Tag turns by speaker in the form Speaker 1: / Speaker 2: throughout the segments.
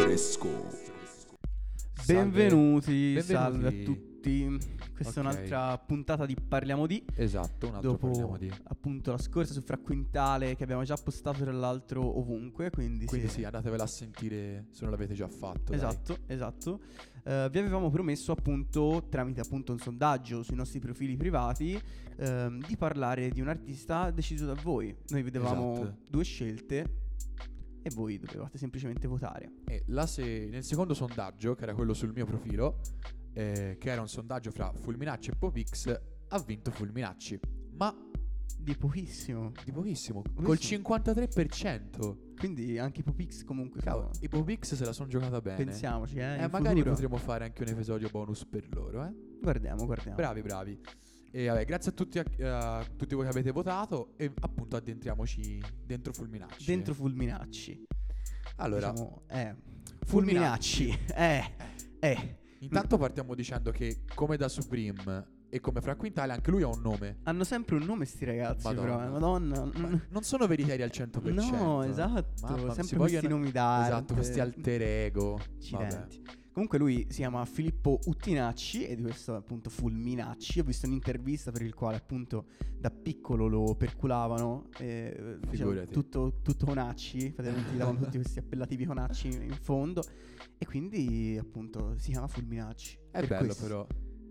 Speaker 1: Fresco.
Speaker 2: Salve.
Speaker 3: Benvenuti,
Speaker 2: Benvenuti.
Speaker 3: salve a tutti. Questa
Speaker 2: Ok.
Speaker 3: è un'altra puntata di Parliamo di.
Speaker 2: Esatto, un altro
Speaker 3: Dopo
Speaker 2: parliamo di.
Speaker 3: appunto la scorsa su Fraquintale che abbiamo già postato tra l'altro ovunque, quindi,
Speaker 2: Quindi sì, andatevela a sentire se non l'avete già fatto. dai.
Speaker 3: Esatto, esatto. Eh, vi avevamo promesso appunto tramite appunto un sondaggio sui nostri profili privati ehm, di parlare di un artista deciso da voi. Noi vedevamo
Speaker 2: Esatto.
Speaker 3: due scelte e voi dovevate semplicemente votare.
Speaker 2: E là se- nel secondo sondaggio, che era quello sul mio profilo, eh, che era un sondaggio fra Fulminacci e Popix, ha vinto Fulminacci. Ma
Speaker 3: Di pochissimo.
Speaker 2: di pochissimo, col
Speaker 3: Pochissimo.
Speaker 2: 53%.
Speaker 3: Quindi anche i Popix comunque
Speaker 2: Cavolo,
Speaker 3: fa-
Speaker 2: i Popix se la sono giocata bene.
Speaker 3: pensiamoci, eh,
Speaker 2: Eh,
Speaker 3: in
Speaker 2: magari
Speaker 3: futuro.
Speaker 2: potremmo fare anche un episodio bonus per loro, eh?
Speaker 3: Guardiamo, guardiamo.
Speaker 2: Bravi, bravi. E vabbè, grazie a tutti, a, eh, a tutti voi che avete votato e appunto addentriamoci dentro Fulminacci.
Speaker 3: Dentro Fulminacci.
Speaker 2: eh. Allora,
Speaker 3: Diciamo, eh,
Speaker 2: Fulminacci.
Speaker 3: Fulminacci. Eh, eh.
Speaker 2: intanto partiamo dicendo che come da Supreme e come Fra Quintale anche lui ha un nome.
Speaker 3: Hanno sempre un nome sti ragazzi,
Speaker 2: Madonna. Cioè,
Speaker 3: però. eh, Madonna.
Speaker 2: Ma
Speaker 3: mm.
Speaker 2: non sono veritieri al 100%.
Speaker 3: No, esatto.
Speaker 2: Mamma mia, si
Speaker 3: sempre
Speaker 2: vogliono-
Speaker 3: questi nomi d'arte.
Speaker 2: Esatto, questi alter ego. Vabbè.
Speaker 3: Accidenti. Comunque lui si chiama Filippo Uttinacci e di questo appunto Fulminacci. Ho visto un'intervista per il quale appunto da piccolo lo perculavano. eh, dicevano
Speaker 2: Figurati.
Speaker 3: tutto, tutto Conacci, praticamente gli davano tutti questi appellativi Conacci in fondo. E quindi appunto si chiama Fulminacci.
Speaker 2: È
Speaker 3: per
Speaker 2: bello
Speaker 3: questo.
Speaker 2: però.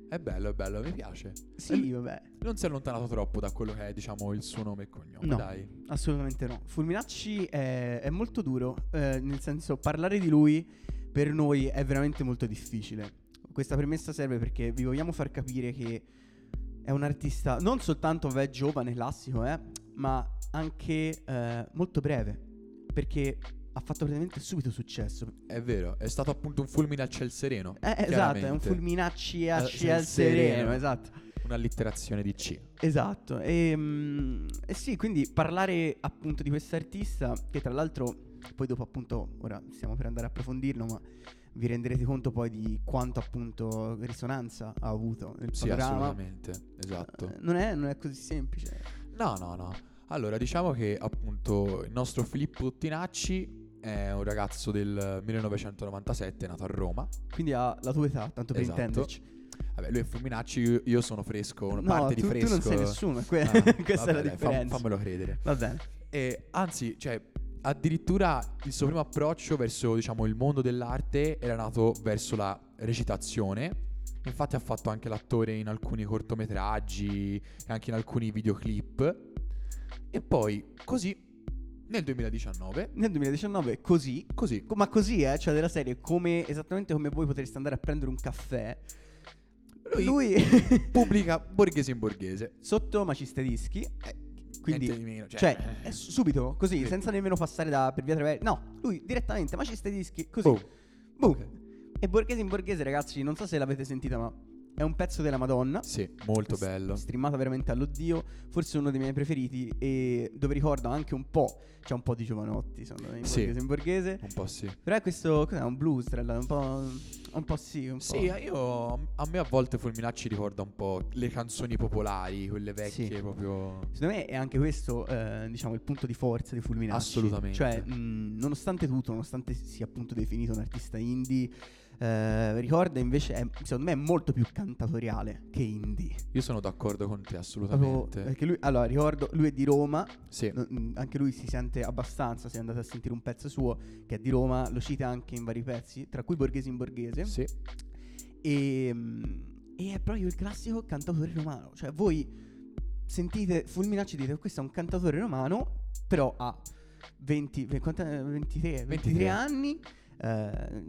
Speaker 2: È bello, è bello, mi piace.
Speaker 3: Sì, vabbè,
Speaker 2: Non si è allontanato troppo da quello che è, diciamo, il suo nome e cognome,
Speaker 3: No.
Speaker 2: dai.
Speaker 3: assolutamente no. Fulminacci è, è molto duro, eh, nel senso parlare di lui per noi è veramente molto difficile. Questa premessa serve perché vi vogliamo far capire che è un artista non soltanto vabbè, giovane, classico, eh, ma anche eh, molto breve, perché ha fatto praticamente subito successo.
Speaker 2: È vero, è stato appunto un fulmine al ciel sereno.
Speaker 3: Eh, esatto,
Speaker 2: chiaramente.
Speaker 3: è un fulminacci
Speaker 2: Eh,
Speaker 3: a
Speaker 2: sì, il
Speaker 3: ciel
Speaker 2: sereno.
Speaker 3: sereno, esatto.
Speaker 2: Un'allitterazione di C.
Speaker 3: Esatto, e, mm, e sì, quindi parlare appunto di quest'artista, che tra l'altro poi dopo appunto, ora stiamo per andare a approfondirlo, ma vi renderete conto poi di quanto appunto risonanza ha avuto nel
Speaker 2: Sì,
Speaker 3: panorama.
Speaker 2: assolutamente. Esatto.
Speaker 3: Eh, Non è, non è così semplice.
Speaker 2: No, no, no. Allora, diciamo che appunto il nostro Filippo Tinacci è un ragazzo del 1997, nato a Roma.
Speaker 3: Quindi ha la tua età, tanto per
Speaker 2: Esatto.
Speaker 3: intenderci.
Speaker 2: Vabbè, lui è Fulminacci, io- io sono fresco, una
Speaker 3: No,
Speaker 2: parte di
Speaker 3: tu- tu
Speaker 2: fresco. Ah,
Speaker 3: non sei nessuno, è que- questa
Speaker 2: vabbè,
Speaker 3: è la
Speaker 2: dai, fam-
Speaker 3: differenza.
Speaker 2: fammelo credere.
Speaker 3: Va bene.
Speaker 2: E, anzi, cioè, addirittura il suo primo approccio verso, diciamo, il mondo dell'arte era nato verso la recitazione. Infatti ha fatto anche l'attore in alcuni cortometraggi e anche in alcuni videoclip. E poi, così, nel 2019,
Speaker 3: Nel 2019 così,
Speaker 2: così,
Speaker 3: co- ma così eh, cioè della serie, come, esattamente come voi potreste andare a prendere un caffè.
Speaker 2: Lui-
Speaker 3: lui...
Speaker 2: pubblica Borghese in Borghese.
Speaker 3: sotto maciste dischi. eh, Quindi,
Speaker 2: Niente di meno, cioè-
Speaker 3: cioè, eh, su- subito, così,
Speaker 2: Sì.
Speaker 3: senza nemmeno passare da, per via traversa. No, lui direttamente maciste dischi, così.
Speaker 2: Boom.
Speaker 3: Boom.
Speaker 2: Ok.
Speaker 3: E Borghese in Borghese, ragazzi, non so se l'avete sentita, ma è un pezzo della Madonna.
Speaker 2: Sì, molto bello.
Speaker 3: Streamata veramente all'oddio, forse uno dei miei preferiti e dove ricordo anche un po', c'è un po' di giovanotti, secondo me, in
Speaker 2: Sì.
Speaker 3: Borghese in Borghese.
Speaker 2: Un po' sì.
Speaker 3: Però è questo, cos'è, un blues, tra l'altro, un po', un po' sì, un po'.
Speaker 2: Sì, io a me a volte Fulminacci ricorda un po' le canzoni popolari, quelle vecchie
Speaker 3: Sì.
Speaker 2: proprio.
Speaker 3: Secondo me è anche questo, eh, diciamo, il punto di forza di Fulminacci.
Speaker 2: Assolutamente.
Speaker 3: Cioè, mh, nonostante tutto, nonostante sia appunto definito un artista indie, eh, ricorda invece, è- secondo me, è molto più cantatoriale che indie.
Speaker 2: Io sono d'accordo con te
Speaker 3: Proprio
Speaker 2: assolutamente.
Speaker 3: perché lui, allora, ricordo, lui è di Roma,
Speaker 2: Sì.
Speaker 3: no- mh, anche lui si sente abbastanza, se andate a sentire un pezzo suo, che è di Roma, lo cita anche in vari pezzi, tra cui Borghese in Borghese.
Speaker 2: Sì.
Speaker 3: E, mm, e è proprio il classico cantautore romano. Cioè, voi sentite Fulminacci e dite: Questo è un cantautore romano, però ha 20, ve- quant'è? 23, 23
Speaker 2: 23.
Speaker 3: anni. eh,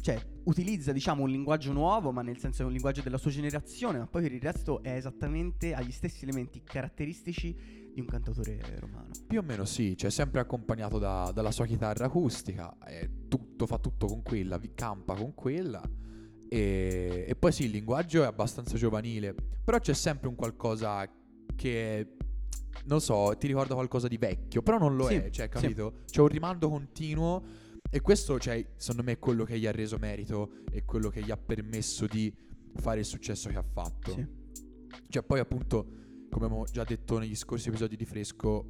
Speaker 3: cioè, utilizza diciamo un linguaggio nuovo, ma nel senso è un linguaggio della sua generazione, ma poi per il resto è esattamente agli stessi elementi caratteristici di un cantautore romano.
Speaker 2: Più o meno sì, cioè sempre accompagnato da- dalla sua chitarra acustica, è tutto, fa tutto con quella, vi campa con quella. E, e poi sì, il linguaggio è abbastanza giovanile, però c'è sempre un qualcosa che, è- non so, ti ricorda qualcosa di vecchio, però non lo
Speaker 3: Sì,
Speaker 2: è, cioè,
Speaker 3: sì.
Speaker 2: capito? C'è un rimando continuo e questo, cioè, secondo me è quello che gli ha reso merito e quello che gli ha permesso di fare il successo che ha fatto.
Speaker 3: Sì.
Speaker 2: Cioè, poi appunto, come abbiamo già detto negli scorsi episodi di Fresco,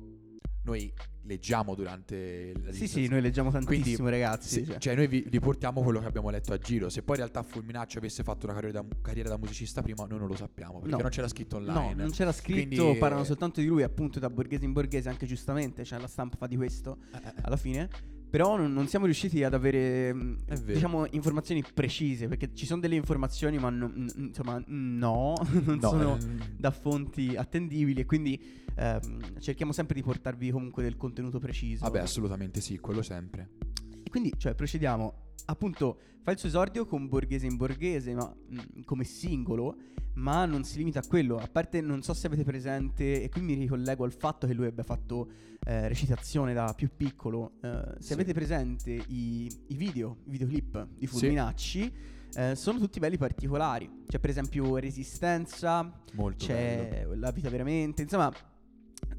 Speaker 2: noi leggiamo durante la
Speaker 3: Sì,
Speaker 2: registrazione.
Speaker 3: sì, noi leggiamo
Speaker 2: Quindi,
Speaker 3: tantissimo, ragazzi.
Speaker 2: Sì,
Speaker 3: cioè.
Speaker 2: cioè noi vi riportiamo quello che abbiamo letto a giro. Se poi in realtà Fulminaccio avesse fatto una carriera da, carriera da musicista prima, noi non lo sappiamo perché
Speaker 3: No.
Speaker 2: non c'era scritto
Speaker 3: No,
Speaker 2: online.
Speaker 3: non c'era scritto,
Speaker 2: Quindi- eh,
Speaker 3: parlano soltanto di lui, appunto, da borghese in borghese, anche giustamente, cioè la stampa fa di questo
Speaker 2: Eh,
Speaker 3: alla fine. Però non, non siamo riusciti ad avere, mh,
Speaker 2: È vero.
Speaker 3: diciamo, informazioni precise, perché ci sono delle informazioni, ma non- mh, insomma, mh, no, non
Speaker 2: No,
Speaker 3: sono
Speaker 2: ehm,
Speaker 3: da fonti attendibili e quindi ehm, cerchiamo sempre di portarvi comunque del contenuto preciso.
Speaker 2: Vabbè, assolutamente sì, quello sempre.
Speaker 3: E Quindi, cioè, procediamo. Appunto, fa il suo esordio con Borghese in Borghese, ma mh, come singolo, ma non si limita a quello. A parte, non so se avete presente, e qui mi ricollego al fatto che lui abbia fatto eh, recitazione da più piccolo. eh, se
Speaker 2: Sì.
Speaker 3: avete presente i, i video, i videoclip
Speaker 2: Sì.
Speaker 3: di Fulminacci, eh, sono tutti belli particolari. C'è, per esempio, Resistenza,
Speaker 2: Molto
Speaker 3: c'è La vita veramente, insomma,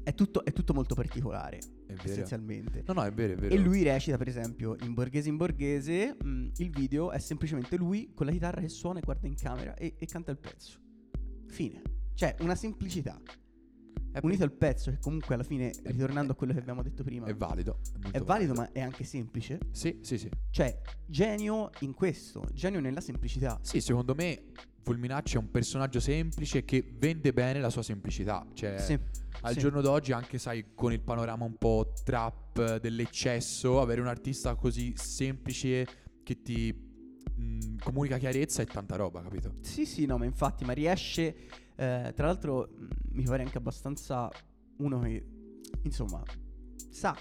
Speaker 3: è tutto, è tutto molto particolare,
Speaker 2: bello. È vero.
Speaker 3: essenzialmente.
Speaker 2: No, no, è vero, è vero.
Speaker 3: E lui recita, per esempio, in borghese in borghese. mh, il video è semplicemente lui con la chitarra che suona e guarda in camera e, e canta il pezzo. Fine. Cioè, una semplicità.
Speaker 2: Eh, è,
Speaker 3: Unita al pezzo, che comunque alla fine,
Speaker 2: È-
Speaker 3: ritornando a
Speaker 2: è-
Speaker 3: quello che abbiamo detto prima,
Speaker 2: è valido. È, molto
Speaker 3: è valido, ma è anche semplice.
Speaker 2: Sì, sì, sì.
Speaker 3: Cioè, genio in questo, genio nella semplicità.
Speaker 2: Sì, secondo me Fulminacci è un personaggio semplice che vende bene la sua semplicità. Cioè,
Speaker 3: Sì.
Speaker 2: al
Speaker 3: sì.
Speaker 2: giorno d'oggi, anche sai, con il panorama un po' trap eh, dell'eccesso, avere un artista così semplice che ti mh, comunica chiarezza è tanta roba, capito?
Speaker 3: Sì, sì, no, ma infatti, ma riesce. eh, tra l'altro, mh, mi pare anche abbastanza uno che, insomma, sa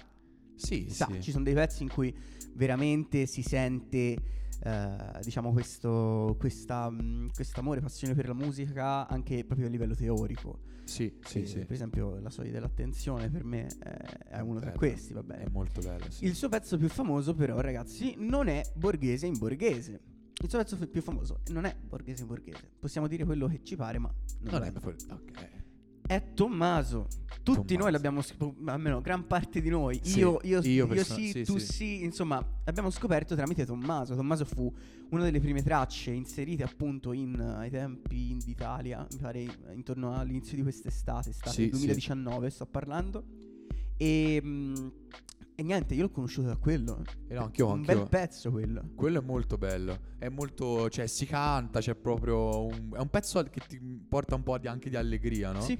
Speaker 2: Sì,
Speaker 3: sa,
Speaker 2: Eh sì.
Speaker 3: ci sono dei pezzi in cui veramente si sente eh, diciamo questo questa, mh, quest'amore, passione per la musica anche proprio a livello teorico.
Speaker 2: Sì, sì,
Speaker 3: Eh,
Speaker 2: sì.
Speaker 3: Per esempio la soglia dell'attenzione per me eh, è uno tra
Speaker 2: Bello.
Speaker 3: questi, va bene.
Speaker 2: È molto bello, sì.
Speaker 3: Il suo pezzo più famoso però ragazzi non è borghese in borghese. Il suo pezzo f- più famoso non è borghese in borghese. Possiamo dire quello che ci pare ma
Speaker 2: Non
Speaker 3: non, lo
Speaker 2: è Eh,
Speaker 3: è.
Speaker 2: ok.
Speaker 3: È Tommaso. Tutti
Speaker 2: Tommaso.
Speaker 3: noi l'abbiamo scoperto, almeno gran parte di noi.
Speaker 2: Sì,
Speaker 3: io, io,
Speaker 2: io
Speaker 3: io
Speaker 2: perso-
Speaker 3: sì,
Speaker 2: sì,
Speaker 3: tu
Speaker 2: sì.
Speaker 3: sì. insomma, l'abbiamo scoperto tramite Tommaso. Tommaso fu una delle prime tracce inserite appunto in, eh, ai tempi in d'Italia, mi pare eh, intorno all'inizio di quest'estate, estate
Speaker 2: Sì, sì.
Speaker 3: 2019 sto parlando. E, mm, e niente, io l'ho conosciuto da quello.
Speaker 2: E eh no, anch'io,
Speaker 3: Un
Speaker 2: anch'io.
Speaker 3: bel pezzo quello.
Speaker 2: Quello è molto bello, è molto, cioè si canta, c'è proprio un, è un pezzo che ti porta un po' di- anche di allegria, no?
Speaker 3: Sì,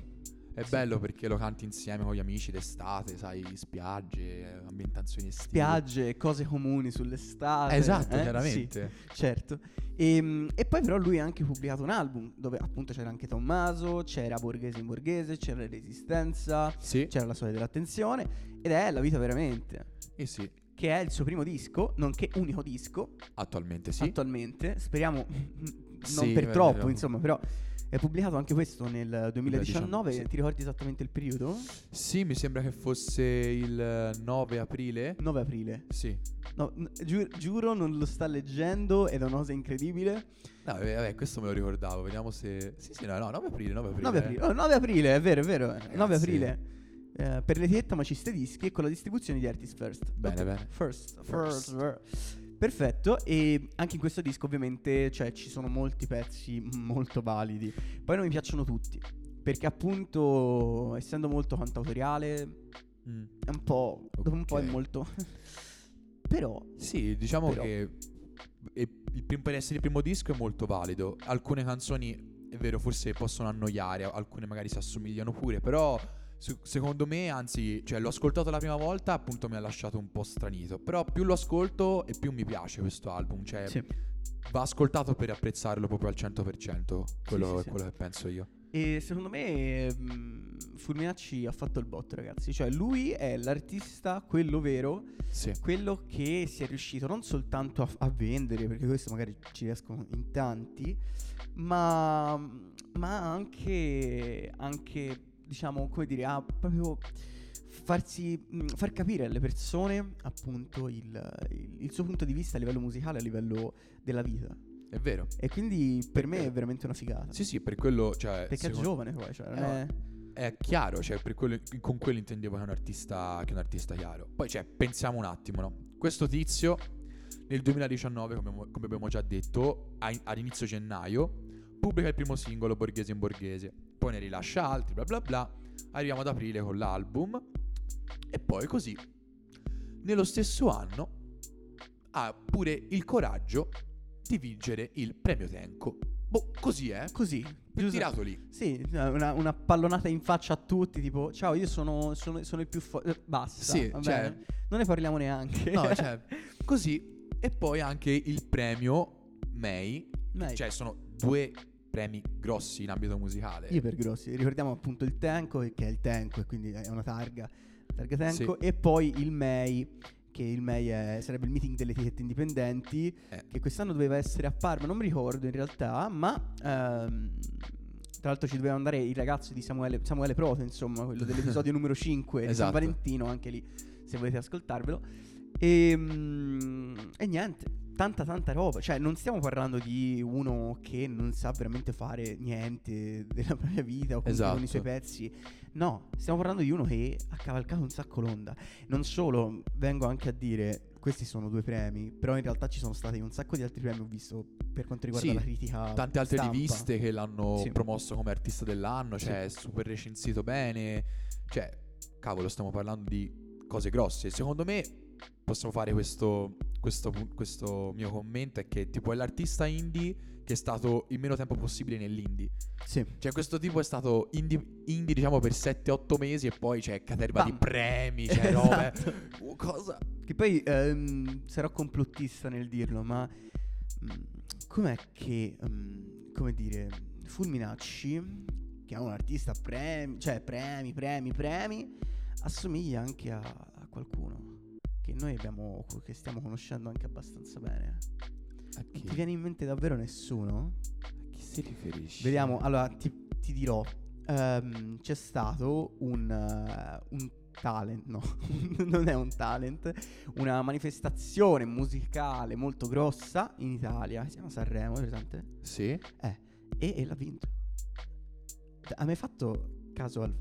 Speaker 2: È
Speaker 3: sì.
Speaker 2: bello perché lo canti insieme con gli amici d'estate, sai, spiagge, eh, ambientazioni estive.
Speaker 3: spiagge, cose comuni sull'estate.
Speaker 2: Eh, esatto,
Speaker 3: eh? Sì.
Speaker 2: chiaramente.
Speaker 3: Certo. Ehm, E, poi però lui ha anche pubblicato un album dove appunto c'era anche Tommaso, c'era Borghese in Borghese, c'era Resistenza,
Speaker 2: Sì,
Speaker 3: c'era La Soglia dell'Attenzione ed è La Vita Veramente,
Speaker 2: eh sì,
Speaker 3: che è il suo primo disco, nonché unico disco
Speaker 2: attualmente sì.
Speaker 3: attualmente, speriamo non
Speaker 2: Sì,
Speaker 3: per
Speaker 2: beh,
Speaker 3: troppo
Speaker 2: vediamo.
Speaker 3: insomma, però è pubblicato anche questo nel 2019,
Speaker 2: sì.
Speaker 3: ti ricordi esattamente il periodo?
Speaker 2: sì, mi sembra che fosse il eh, 9 aprile.
Speaker 3: 9 aprile.
Speaker 2: Sì.
Speaker 3: No, n- giu- giuro non lo sta leggendo ed è una cosa incredibile.
Speaker 2: No, vabbè, vabbè, questo me lo ricordavo, vediamo se Sì, sì, no, no, 9 aprile, 9 aprile.
Speaker 3: 9 aprile, Oh, 9 aprile, è vero, è vero. eh. 9
Speaker 2: Ragazzi.
Speaker 3: aprile. Eh, per l'etichetta Maciste Dischi e con la distribuzione di Artist First.
Speaker 2: Bene,
Speaker 3: Ok,
Speaker 2: bene.
Speaker 3: First,
Speaker 2: First.
Speaker 3: first. ver- Perfetto, e anche in questo disco ovviamente cioè, ci sono molti pezzi molto validi. Poi non mi piacciono tutti, perché appunto essendo molto cantautoriale,
Speaker 2: Mm.
Speaker 3: è un po'... dopo un po' è
Speaker 2: Ok.
Speaker 3: molto... Però...
Speaker 2: Sì, diciamo
Speaker 3: Però-
Speaker 2: che e- il prim- per essere il primo disco è molto valido. Alcune canzoni, è vero, forse possono annoiare, alcune magari si assomigliano pure, però su- secondo me, anzi, cioè, l'ho ascoltato la prima volta, appunto mi ha lasciato un po' stranito, però più lo ascolto e più mi piace questo album, cioè
Speaker 3: sì.
Speaker 2: va ascoltato per apprezzarlo proprio al 100%, quello
Speaker 3: sì,
Speaker 2: è
Speaker 3: sì.
Speaker 2: quello che penso io.
Speaker 3: E secondo me mm, Fulminacci ha fatto il botto, ragazzi. Cioè, lui è l'artista, quello vero,
Speaker 2: Sì.
Speaker 3: quello che si è riuscito non soltanto a, a vendere, perché questo magari ci riescono in tanti, ma, ma anche, anche, diciamo, come dire, a proprio farsi, mh, far capire alle persone appunto il, il- il suo punto di vista a livello musicale, a livello della vita.
Speaker 2: È vero.
Speaker 3: E quindi per me è veramente una figata.
Speaker 2: Sì, sì, per quello, cioè,
Speaker 3: perché è
Speaker 2: secondo-
Speaker 3: giovane poi, cioè, non
Speaker 2: Eh,
Speaker 3: è...
Speaker 2: È chiaro, cioè, per quello- con quello intendevo che è un artista, che è un artista chiaro. Poi, cioè, pensiamo un attimo, no? Questo tizio nel 2019, come, come abbiamo già detto, a- all'inizio gennaio, pubblica il primo singolo Borghese in Borghese, poi ne rilascia altri, bla bla bla. Arriviamo ad aprile con l'album, E poi così, nello stesso anno, ha pure il coraggio di vincere il premio Tenco. Boh, così è.
Speaker 3: Così. giusto-
Speaker 2: Tirato lì.
Speaker 3: Sì, cioè, una, una pallonata in faccia a tutti, tipo, ciao, io sono, sono- sono il più forte. Basta.
Speaker 2: Sì,
Speaker 3: va
Speaker 2: cioè-
Speaker 3: bene. Non ne parliamo neanche.
Speaker 2: No, cioè, così. E poi anche il premio May.
Speaker 3: Dai.
Speaker 2: Cioè, sono due premi grossi in ambito musicale.
Speaker 3: Ipergrossi, ricordiamo appunto il Tenco, che è il Tenco e quindi è una targa, targa Tenco, e poi il MEI, che il MEI è- sarebbe il meeting delle etichette indipendenti,
Speaker 2: Eh.
Speaker 3: che quest'anno doveva essere a Parma, non mi ricordo in realtà, ma ehm, tra l'altro ci doveva andare il ragazzo di Samuele, Samuele Proto, insomma, quello dell'episodio numero 5 di San
Speaker 2: Esatto.
Speaker 3: Valentino, anche lì, se volete ascoltarvelo. E, mm, e niente, tanta tanta roba. Cioè, non stiamo parlando di uno che non sa veramente fare niente della propria vita o comunque con i
Speaker 2: Esatto.
Speaker 3: suoi pezzi. No, stiamo parlando di uno che ha cavalcato un sacco l'onda. Non solo, vengo anche a dire. Questi sono due premi, però in realtà ci sono stati un sacco di altri premi, ho visto, per quanto riguarda
Speaker 2: Sì,
Speaker 3: la critica.
Speaker 2: Tante altre
Speaker 3: stampa.
Speaker 2: riviste che l'hanno
Speaker 3: Sì.
Speaker 2: promosso come artista dell'anno, cioè super recensito bene. Cioè, cavolo, stiamo parlando di cose grosse. Secondo me possiamo fare questo, questo pu- questo mio commento, è che tipo è l'artista indie che è stato il meno tempo possibile nell'indie.
Speaker 3: Sì.
Speaker 2: Cioè, questo tipo è stato indie, indie, diciamo, per 7-8 mesi e poi c'è caterva di
Speaker 3: Bam. Esatto.
Speaker 2: premi, cioè robe. Uh, Cosa?
Speaker 3: Che poi ehm, sarò complottista nel dirlo, ma mm, com'è che, mm, come dire, Fulminacci, che è un artista premi, cioè premi, premi, premi, assomiglia anche a, a qualcuno che noi abbiamo, che stiamo conoscendo anche abbastanza bene.
Speaker 2: A
Speaker 3: Non
Speaker 2: chi,
Speaker 3: ti viene in mente davvero nessuno?
Speaker 2: a chi si riferisce?
Speaker 3: Vediamo, allora ti, ti dirò. Ehm, c'è stato un, eh, un talent, no, non è un talent, una manifestazione musicale molto grossa in Italia, si chiama Sanremo, è presente?
Speaker 2: Sì?
Speaker 3: Cioè, E, e l'ha vinto. Ha mai fatto caso al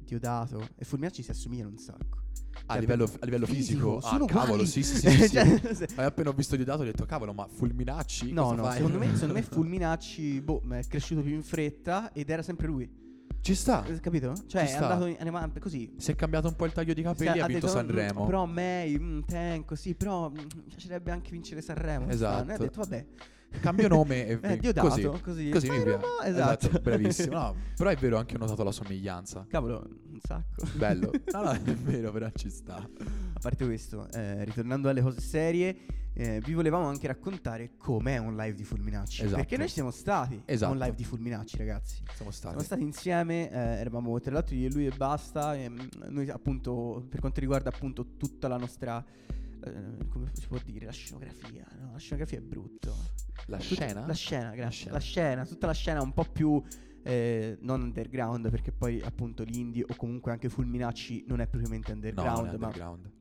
Speaker 3: Diodato? E Fulminacci si assomigliano un sacco.
Speaker 2: A
Speaker 3: Cioè,
Speaker 2: livello,
Speaker 3: per-
Speaker 2: a livello fisico,
Speaker 3: fisico, sono
Speaker 2: ah, cavolo,
Speaker 3: uguali.
Speaker 2: sì, sì, sì. sì, sì.
Speaker 3: Cioè, se-
Speaker 2: Hai appena ho visto Diodato e ho detto, cavolo, ma fulminacci?
Speaker 3: No,
Speaker 2: Cosa
Speaker 3: no,
Speaker 2: fai?
Speaker 3: secondo me, secondo me Fulminacci boh, ma è cresciuto più in fretta ed era sempre lui.
Speaker 2: Ci sta.
Speaker 3: Eh, Capito? Cioè,
Speaker 2: Ci
Speaker 3: è
Speaker 2: sta.
Speaker 3: andato in, anima- così.
Speaker 2: Si è cambiato un po' il taglio di capelli
Speaker 3: Sì,
Speaker 2: e ha vinto
Speaker 3: detto,
Speaker 2: Sanremo.
Speaker 3: "Mm, Però May, mm, Tenco, sì, però mm, mi piacerebbe anche vincere Sanremo.
Speaker 2: Esatto.
Speaker 3: quest'anno". E ha detto, vabbè.
Speaker 2: Cambio nome e
Speaker 3: Eh,
Speaker 2: vin-
Speaker 3: Diodato,
Speaker 2: così.
Speaker 3: così.
Speaker 2: Così mi piace.
Speaker 3: Sanremo, Esatto.
Speaker 2: bravissimo. No, però è vero, ho anche notato la somiglianza.
Speaker 3: Cavolo, un sacco.
Speaker 2: Bello. No, no, è vero, però ci sta.
Speaker 3: A parte questo, eh, ritornando alle cose serie, eh, vi volevamo anche raccontare com'è un live di Fulminacci.
Speaker 2: Esatto.
Speaker 3: Perché noi siamo stati a
Speaker 2: Esatto.
Speaker 3: un live di Fulminacci, ragazzi.
Speaker 2: Siamo stati.
Speaker 3: Siamo stati insieme, eh, eravamo tra l'altro io e lui e basta. e, mm, noi appunto, per quanto riguarda appunto tutta la nostra, eh, come si può dire, la scenografia. no? La scenografia è brutto.
Speaker 2: La
Speaker 3: Tutta-
Speaker 2: scena?
Speaker 3: La scena, grazie.
Speaker 2: scena.
Speaker 3: La scena, tutta la scena un po' più eh, non underground, perché poi appunto l'indie o comunque anche Fulminacci non è propriamente
Speaker 2: no, non è
Speaker 3: underground, ma
Speaker 2: underground.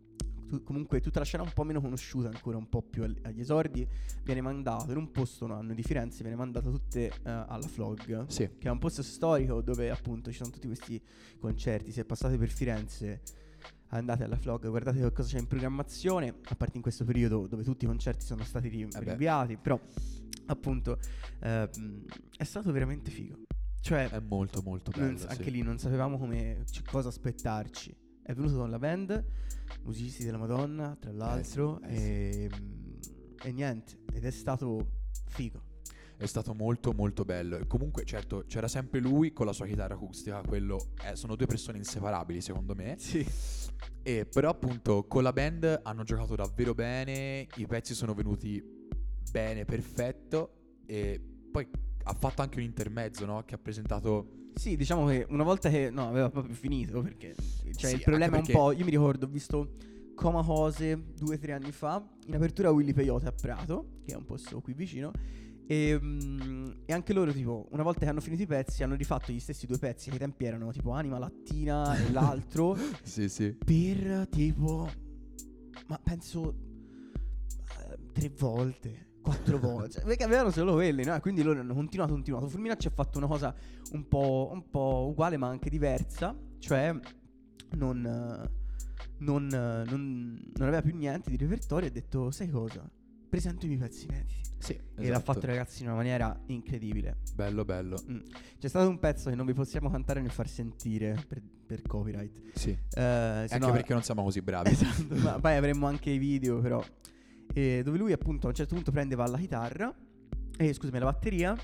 Speaker 3: tu- comunque tutta la scena un po' meno conosciuta ancora, un po' più al- agli esordi, viene mandato in un posto, un anno di Firenze, viene mandata tutte eh, alla Flog
Speaker 2: Sì.
Speaker 3: che è un posto storico dove appunto ci sono tutti questi concerti. Se passate per Firenze, andate alla vlog, guardate che cosa c'è in programmazione, a parte in questo periodo dove tutti i concerti sono stati ri-
Speaker 2: Eh beh.
Speaker 3: rinviati, però appunto eh, mh, è stato veramente figo. Cioè,
Speaker 2: È molto, molto
Speaker 3: non
Speaker 2: bello.
Speaker 3: s-
Speaker 2: sì.
Speaker 3: anche lì non sapevamo come, c- cosa aspettarci. È venuto con la band, musicisti della Madonna, tra l'altro,
Speaker 2: eh sì.
Speaker 3: e, mh, e niente, ed è stato figo.
Speaker 2: È stato molto molto bello. E comunque, certo, c'era sempre lui con la sua chitarra acustica, quello eh, sono due persone inseparabili, secondo me.
Speaker 3: Sì.
Speaker 2: E però appunto con la band hanno giocato davvero bene, i pezzi sono venuti bene, perfetto e poi ha fatto anche un intermezzo, no? Che ha presentato
Speaker 3: Sì, diciamo che una volta che no, aveva proprio finito perché cioè
Speaker 2: Sì,
Speaker 3: il problema è un
Speaker 2: anche
Speaker 3: po', io mi ricordo, ho visto Coma Cose due o tre anni fa, in apertura Willy Peyote a Prato, che è un posto qui vicino. E, mm, e anche loro, tipo, una volta che hanno finito i pezzi, hanno rifatto gli stessi due pezzi che ai tempi erano tipo Anima Lattina e l'altro.
Speaker 2: Sì, sì.
Speaker 3: Per tipo, ma penso eh, tre volte, quattro volte. Cioè, perché avevano solo quelli, no? E Quindi loro hanno continuato, continuato. Fulminacci ha fatto una cosa un po', un po' uguale ma anche diversa. Cioè, non, eh, non, eh, non- non aveva più niente di repertorio e ha detto, sai cosa? presento i miei pezzi inediti.
Speaker 2: Sì,
Speaker 3: E l'ha
Speaker 2: esatto.
Speaker 3: fatto ragazzi in una maniera incredibile.
Speaker 2: Bello, bello.
Speaker 3: C'è stato un pezzo che non vi possiamo cantare né far sentire per, per copyright.
Speaker 2: Sì.
Speaker 3: Eh, se
Speaker 2: Anche
Speaker 3: no-
Speaker 2: perché non siamo così bravi.
Speaker 3: Esatto, ma poi avremmo anche i video però. Eh, dove lui appunto a un certo punto prende va alla chitarra, eh, scusami, la batteria.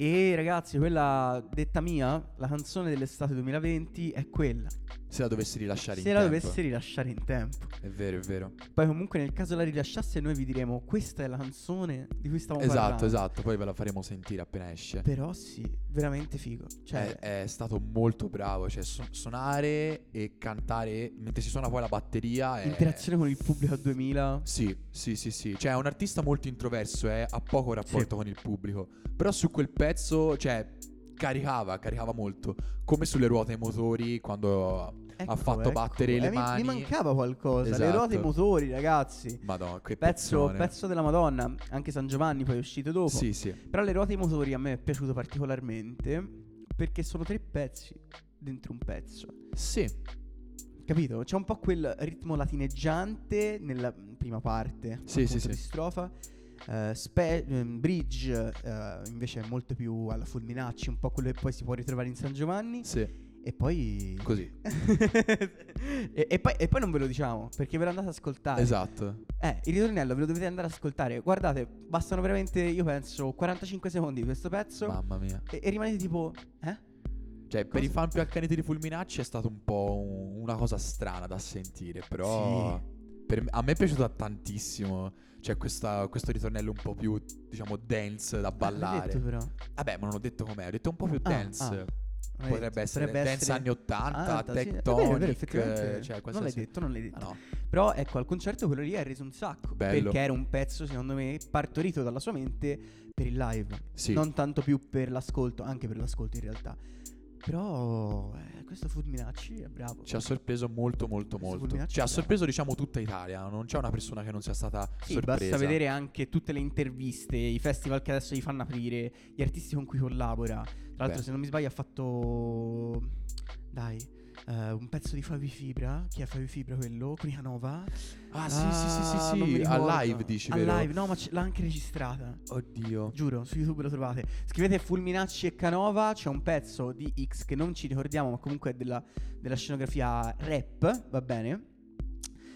Speaker 3: E ragazzi, quella detta mia, la canzone dell'estate 2020 è quella.
Speaker 2: Se la dovessi rilasciare
Speaker 3: Se
Speaker 2: Cioè, in
Speaker 3: la
Speaker 2: tempo.
Speaker 3: dovesse rilasciare in tempo.
Speaker 2: È vero, è vero.
Speaker 3: Poi comunque nel caso la rilasciasse noi vi diremo questa è la canzone di cui stavamo parlando.
Speaker 2: Esatto, esatto. Poi ve la faremo sentire appena esce.
Speaker 3: Però sì, veramente figo. Cioè,
Speaker 2: È, è stato molto bravo. Cioè, su- suonare e cantare mentre si suona poi la batteria. È...
Speaker 3: interazione con il pubblico a 2000.
Speaker 2: Sì, sì, sì, sì. Cioè, è un artista molto introverso e ha poco rapporto con il pubblico. Però su quel pezzo, cioè, caricava, caricava molto. Come sulle ruote ai motori, quando.
Speaker 3: Ecco,
Speaker 2: fatto
Speaker 3: ecco.
Speaker 2: battere le
Speaker 3: Eh, mi-
Speaker 2: mani.
Speaker 3: Mi mancava qualcosa. Le
Speaker 2: Esatto.
Speaker 3: ruote e i motori, ragazzi.
Speaker 2: Madonna, che
Speaker 3: Pezzo,
Speaker 2: pezzone.
Speaker 3: pezzo della Madonna. Anche San Giovanni poi è uscito dopo.
Speaker 2: Sì, sì.
Speaker 3: Però le ruote e i motori a me è piaciuto particolarmente. Perché sono tre pezzi dentro un pezzo.
Speaker 2: Sì,
Speaker 3: Capito? C'è un po' quel ritmo latineggiante nella prima parte
Speaker 2: Sì,
Speaker 3: appunto,
Speaker 2: sì, sì.
Speaker 3: di strofa. Eh, spe- ehm, bridge eh, invece è molto più alla fulminacci, un po' quello che poi si può ritrovare in San Giovanni.
Speaker 2: sì.
Speaker 3: E poi.
Speaker 2: Così.
Speaker 3: e, e poi, e poi non ve lo diciamo perché ve lo andate ad ascoltare.
Speaker 2: Esatto.
Speaker 3: Eh, il ritornello ve lo dovete andare ad ascoltare. Guardate, bastano veramente, io penso, 45 secondi di questo pezzo.
Speaker 2: Mamma mia.
Speaker 3: E, e rimanete tipo. Eh?
Speaker 2: Cioè, per
Speaker 3: Cosa-
Speaker 2: i fan più accaniti di Fulminacci è stato un po' un- una cosa strana da sentire, però per me- a me è piaciuta tantissimo. Cioè, questa- questo ritornello un po' più, diciamo, dance da
Speaker 3: L'ha Eh, detto
Speaker 2: ballare.
Speaker 3: però.
Speaker 2: Vabbè, ma non ho detto com'è, ho detto un po' più
Speaker 3: Ah,
Speaker 2: dance.
Speaker 3: ah, L'ha detto.
Speaker 2: Potrebbe essere dance anni 80,
Speaker 3: 80, sì. È vero, è vero,
Speaker 2: tectonic,
Speaker 3: effettivamente.
Speaker 2: cioè
Speaker 3: non l'hai
Speaker 2: qualsiasi...
Speaker 3: detto, non l'hai detto.
Speaker 2: Ah, no.
Speaker 3: Però ecco, al concerto quello lì ha reso un sacco.
Speaker 2: Bello.
Speaker 3: Perché era un pezzo, secondo me, partorito dalla sua mente per il live.
Speaker 2: Sì,
Speaker 3: Non tanto più per l'ascolto, anche per l'ascolto in realtà. Però eh, questo Fulminacci è bravo.
Speaker 2: ci ha sorpreso molto molto
Speaker 3: Questo
Speaker 2: molto.
Speaker 3: Fulminacci
Speaker 2: Ci
Speaker 3: è
Speaker 2: ha
Speaker 3: bravo.
Speaker 2: sorpreso, diciamo, tutta Italia, non c'è una persona che non sia stata
Speaker 3: Sì,
Speaker 2: sorpresa.
Speaker 3: basta vedere anche tutte le interviste, i festival che adesso gli fanno aprire, gli artisti con cui collabora. Tra l'altro,
Speaker 2: Beh.
Speaker 3: se non mi sbaglio, ha fatto. Dai. eh, un pezzo di Fabio Fibra, chi è Fabio Fibra quello? Crianova.
Speaker 2: Ah, sì, sì, sì, sì, sì, a live dici,
Speaker 3: a
Speaker 2: vero?
Speaker 3: live, no, ma ce- l'ha anche registrata.
Speaker 2: Oddio.
Speaker 3: Giuro, su YouTube lo trovate. Scrivete Fulminacci e Canova, c'è un pezzo di X che non ci ricordiamo, ma comunque è della, della scenografia rap, va bene?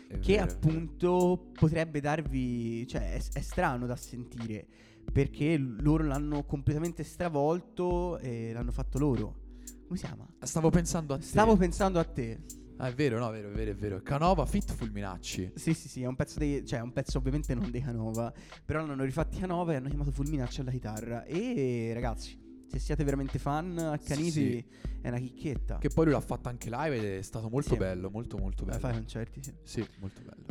Speaker 2: è
Speaker 3: Che
Speaker 2: vero, è vero.
Speaker 3: appunto potrebbe darvi, cioè è, è strano da sentire, perché loro l'hanno completamente stravolto e l'hanno fatto loro. Come si chiama?
Speaker 2: Stavo pensando a te.
Speaker 3: Stavo pensando a te.
Speaker 2: Ah, è vero, no, è vero, è vero, è vero. Canova fit Fulminacci.
Speaker 3: Sì, sì, sì, è un pezzo dei, cioè è un pezzo ovviamente non dei Canova, però l'hanno rifatti Canova e hanno chiamato Fulminacci alla chitarra. E ragazzi, se siete veramente fan, accaniti,
Speaker 2: Sì.
Speaker 3: è una chicchetta.
Speaker 2: Che poi lui l'ha fatto anche live ed è stato molto
Speaker 3: Sì.
Speaker 2: bello, molto molto
Speaker 3: Eh,
Speaker 2: bello.
Speaker 3: fai concerti, sì.
Speaker 2: Sì, molto bello.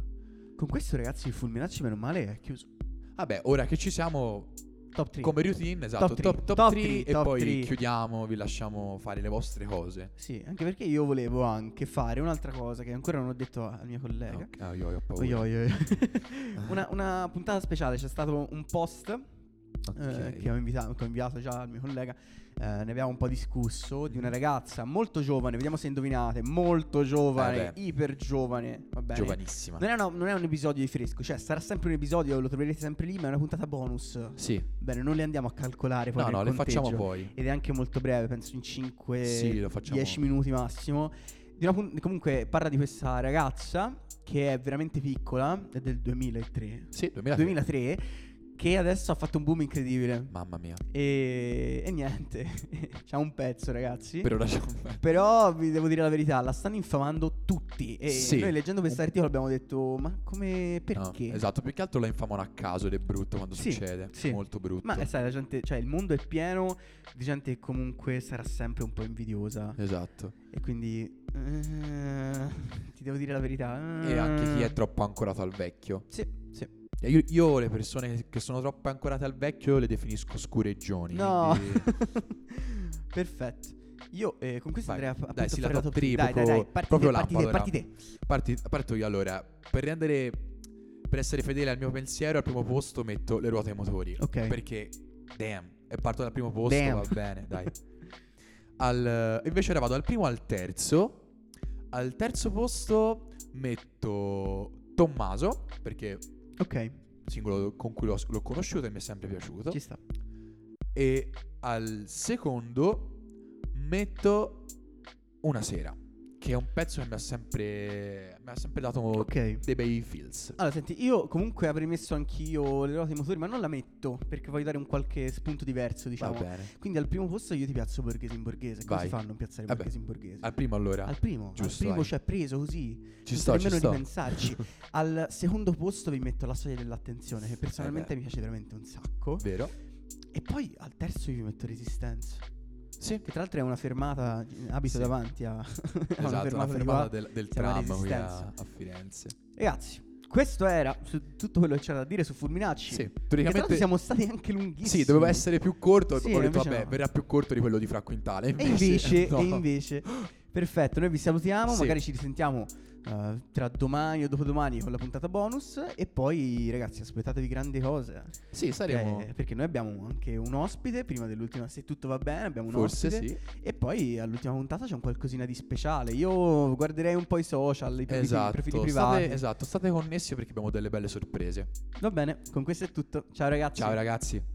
Speaker 3: Con questo ragazzi il Fulminacci meno male è chiuso.
Speaker 2: Vabbè, ora che ci siamo
Speaker 3: Top 3.
Speaker 2: come routine, esatto,
Speaker 3: three,
Speaker 2: top, top,
Speaker 3: top
Speaker 2: three,
Speaker 3: three,
Speaker 2: e
Speaker 3: top
Speaker 2: poi
Speaker 3: three.
Speaker 2: chiudiamo, vi lasciamo fare le vostre cose.
Speaker 3: Sì, anche perché io volevo anche fare un'altra cosa che ancora non ho detto a- al mio collega.
Speaker 2: Ok, ah, io, io ho paura.
Speaker 3: Oi, oi, oi. una, una puntata speciale, c'è stato un post
Speaker 2: Ok.
Speaker 3: eh, che ho invitato, che ho inviato già al mio collega, eh, ne abbiamo un po' discusso, di una
Speaker 2: Mhm.
Speaker 3: ragazza molto giovane, vediamo se indovinate, molto giovane,
Speaker 2: Eh beh.
Speaker 3: iper giovane, va bene.
Speaker 2: Giovanissima.
Speaker 3: Non è, una- non è un episodio di fresco, cioè sarà sempre un episodio, lo troverete sempre lì, ma è una puntata bonus.
Speaker 2: Sì,
Speaker 3: Bene, non le andiamo a calcolare poi
Speaker 2: no,
Speaker 3: nel
Speaker 2: no, le
Speaker 3: conteggio.
Speaker 2: facciamo poi.
Speaker 3: Ed è anche molto breve, penso in 5
Speaker 2: Sì, lo facciamo.
Speaker 3: 10 minuti massimo. Di una pun- comunque parla di questa ragazza che è veramente piccola, è del 2003.
Speaker 2: Sì, 2000.
Speaker 3: 2003 che adesso ha fatto un boom incredibile.
Speaker 2: Mamma mia.
Speaker 3: E, e niente, c'ha un pezzo ragazzi.
Speaker 2: Per ora c'è-
Speaker 3: Però vi devo dire la verità, la stanno infamando tutti. E
Speaker 2: Sì.
Speaker 3: noi leggendo questo articolo abbiamo detto, ma come,
Speaker 2: No,
Speaker 3: perché?
Speaker 2: esatto, più che altro la infamano a caso ed è brutto quando
Speaker 3: Sì,
Speaker 2: succede.
Speaker 3: sì.
Speaker 2: Molto brutto.
Speaker 3: Ma eh, sai, la gente, cioè il mondo è pieno di gente che comunque sarà sempre un po' invidiosa.
Speaker 2: Esatto.
Speaker 3: E quindi eh, ti devo dire la verità.
Speaker 2: E anche
Speaker 3: Mm.
Speaker 2: chi è troppo ancorato al vecchio.
Speaker 3: Sì, sì.
Speaker 2: E Io, io le persone che- che sono troppo ancorate al vecchio le definisco scureggioni.
Speaker 3: No.
Speaker 2: quindi-
Speaker 3: Perfetto. Io eh, con questo
Speaker 2: Vai,
Speaker 3: andrei a appunto,
Speaker 2: dai, sì,
Speaker 3: a fare
Speaker 2: la
Speaker 3: la
Speaker 2: top
Speaker 3: top three.
Speaker 2: three,
Speaker 3: Dai, dai,
Speaker 2: proprio- proprio
Speaker 3: dai, parti te, parti te,
Speaker 2: lampada,
Speaker 3: parti te.
Speaker 2: Parti- parto io allora. Per rendere. Per essere fedele al mio pensiero, al primo posto metto le ruote ai motori.
Speaker 3: Ok.
Speaker 2: Perché, damn, è parto dal primo posto,
Speaker 3: Damn.
Speaker 2: va bene, dai. Al- invece ora vado dal primo al terzo. Al terzo posto metto Tommaso, perché
Speaker 3: Ok.
Speaker 2: singolo con cui l'ho, l'ho conosciuto e mi è sempre piaciuto.
Speaker 3: Ci sta.
Speaker 2: E al secondo metto Una sera, che è un pezzo che mi ha sempre, mi ha sempre dato
Speaker 3: Ok.
Speaker 2: dei bei feels.
Speaker 3: Allora, senti, io comunque avrei messo anch'io le ruote ai motori, ma non la metto perché voglio dare un qualche spunto diverso, diciamo.
Speaker 2: Va bene.
Speaker 3: Quindi al primo posto io ti piazzo borghese in borghese. Come
Speaker 2: Vai.
Speaker 3: si fa a non piazzare
Speaker 2: Vabbè.
Speaker 3: borghese in borghese?
Speaker 2: Al primo allora.
Speaker 3: Al primo, al
Speaker 2: giusto,
Speaker 3: primo
Speaker 2: vai.
Speaker 3: ci hai preso così.
Speaker 2: ci
Speaker 3: senza
Speaker 2: sto, ci
Speaker 3: nemmeno
Speaker 2: sto.
Speaker 3: di pensarci. al secondo posto vi metto la storia dell'attenzione, che personalmente
Speaker 2: beh.
Speaker 3: mi piace veramente un sacco.
Speaker 2: Vero?
Speaker 3: E poi al terzo io vi metto resistenza.
Speaker 2: Sì.
Speaker 3: Che tra l'altro è una fermata, abito
Speaker 2: Sì.
Speaker 3: davanti a, a una
Speaker 2: Esatto,
Speaker 3: fermata,
Speaker 2: la
Speaker 3: di
Speaker 2: fermata
Speaker 3: qua.
Speaker 2: del, del
Speaker 3: si chiama
Speaker 2: tram qui a,
Speaker 3: Resistenza.
Speaker 2: a Firenze.
Speaker 3: Ragazzi, questo era su- tutto quello che c'era da dire su Fulminacci.
Speaker 2: Sì,
Speaker 3: Che tra l'altro
Speaker 2: teoricamente...
Speaker 3: siamo stati anche lunghissimi.
Speaker 2: Sì, doveva essere più corto.
Speaker 3: Sì,
Speaker 2: ho detto,
Speaker 3: invece
Speaker 2: vabbè,
Speaker 3: no.
Speaker 2: verrà più corto di quello di Fra Quintale.
Speaker 3: E invece,
Speaker 2: no.
Speaker 3: e invece. Perfetto, noi vi salutiamo,
Speaker 2: Sì.
Speaker 3: magari ci risentiamo eh, tra domani o dopodomani con la puntata bonus e poi ragazzi aspettatevi grandi cose
Speaker 2: Sì, saremo.
Speaker 3: eh, perché noi abbiamo anche un ospite prima dell'ultima se tutto va bene abbiamo un
Speaker 2: forse
Speaker 3: ospite
Speaker 2: sì.
Speaker 3: e poi all'ultima puntata c'è un qualcosina di speciale io guarderei un po' i social i profili, i
Speaker 2: Esatto.
Speaker 3: profili
Speaker 2: state-
Speaker 3: privati
Speaker 2: esatto, state connessi perché abbiamo delle belle sorprese.
Speaker 3: va bene con questo è tutto ciao ragazzi
Speaker 2: Ciao ragazzi.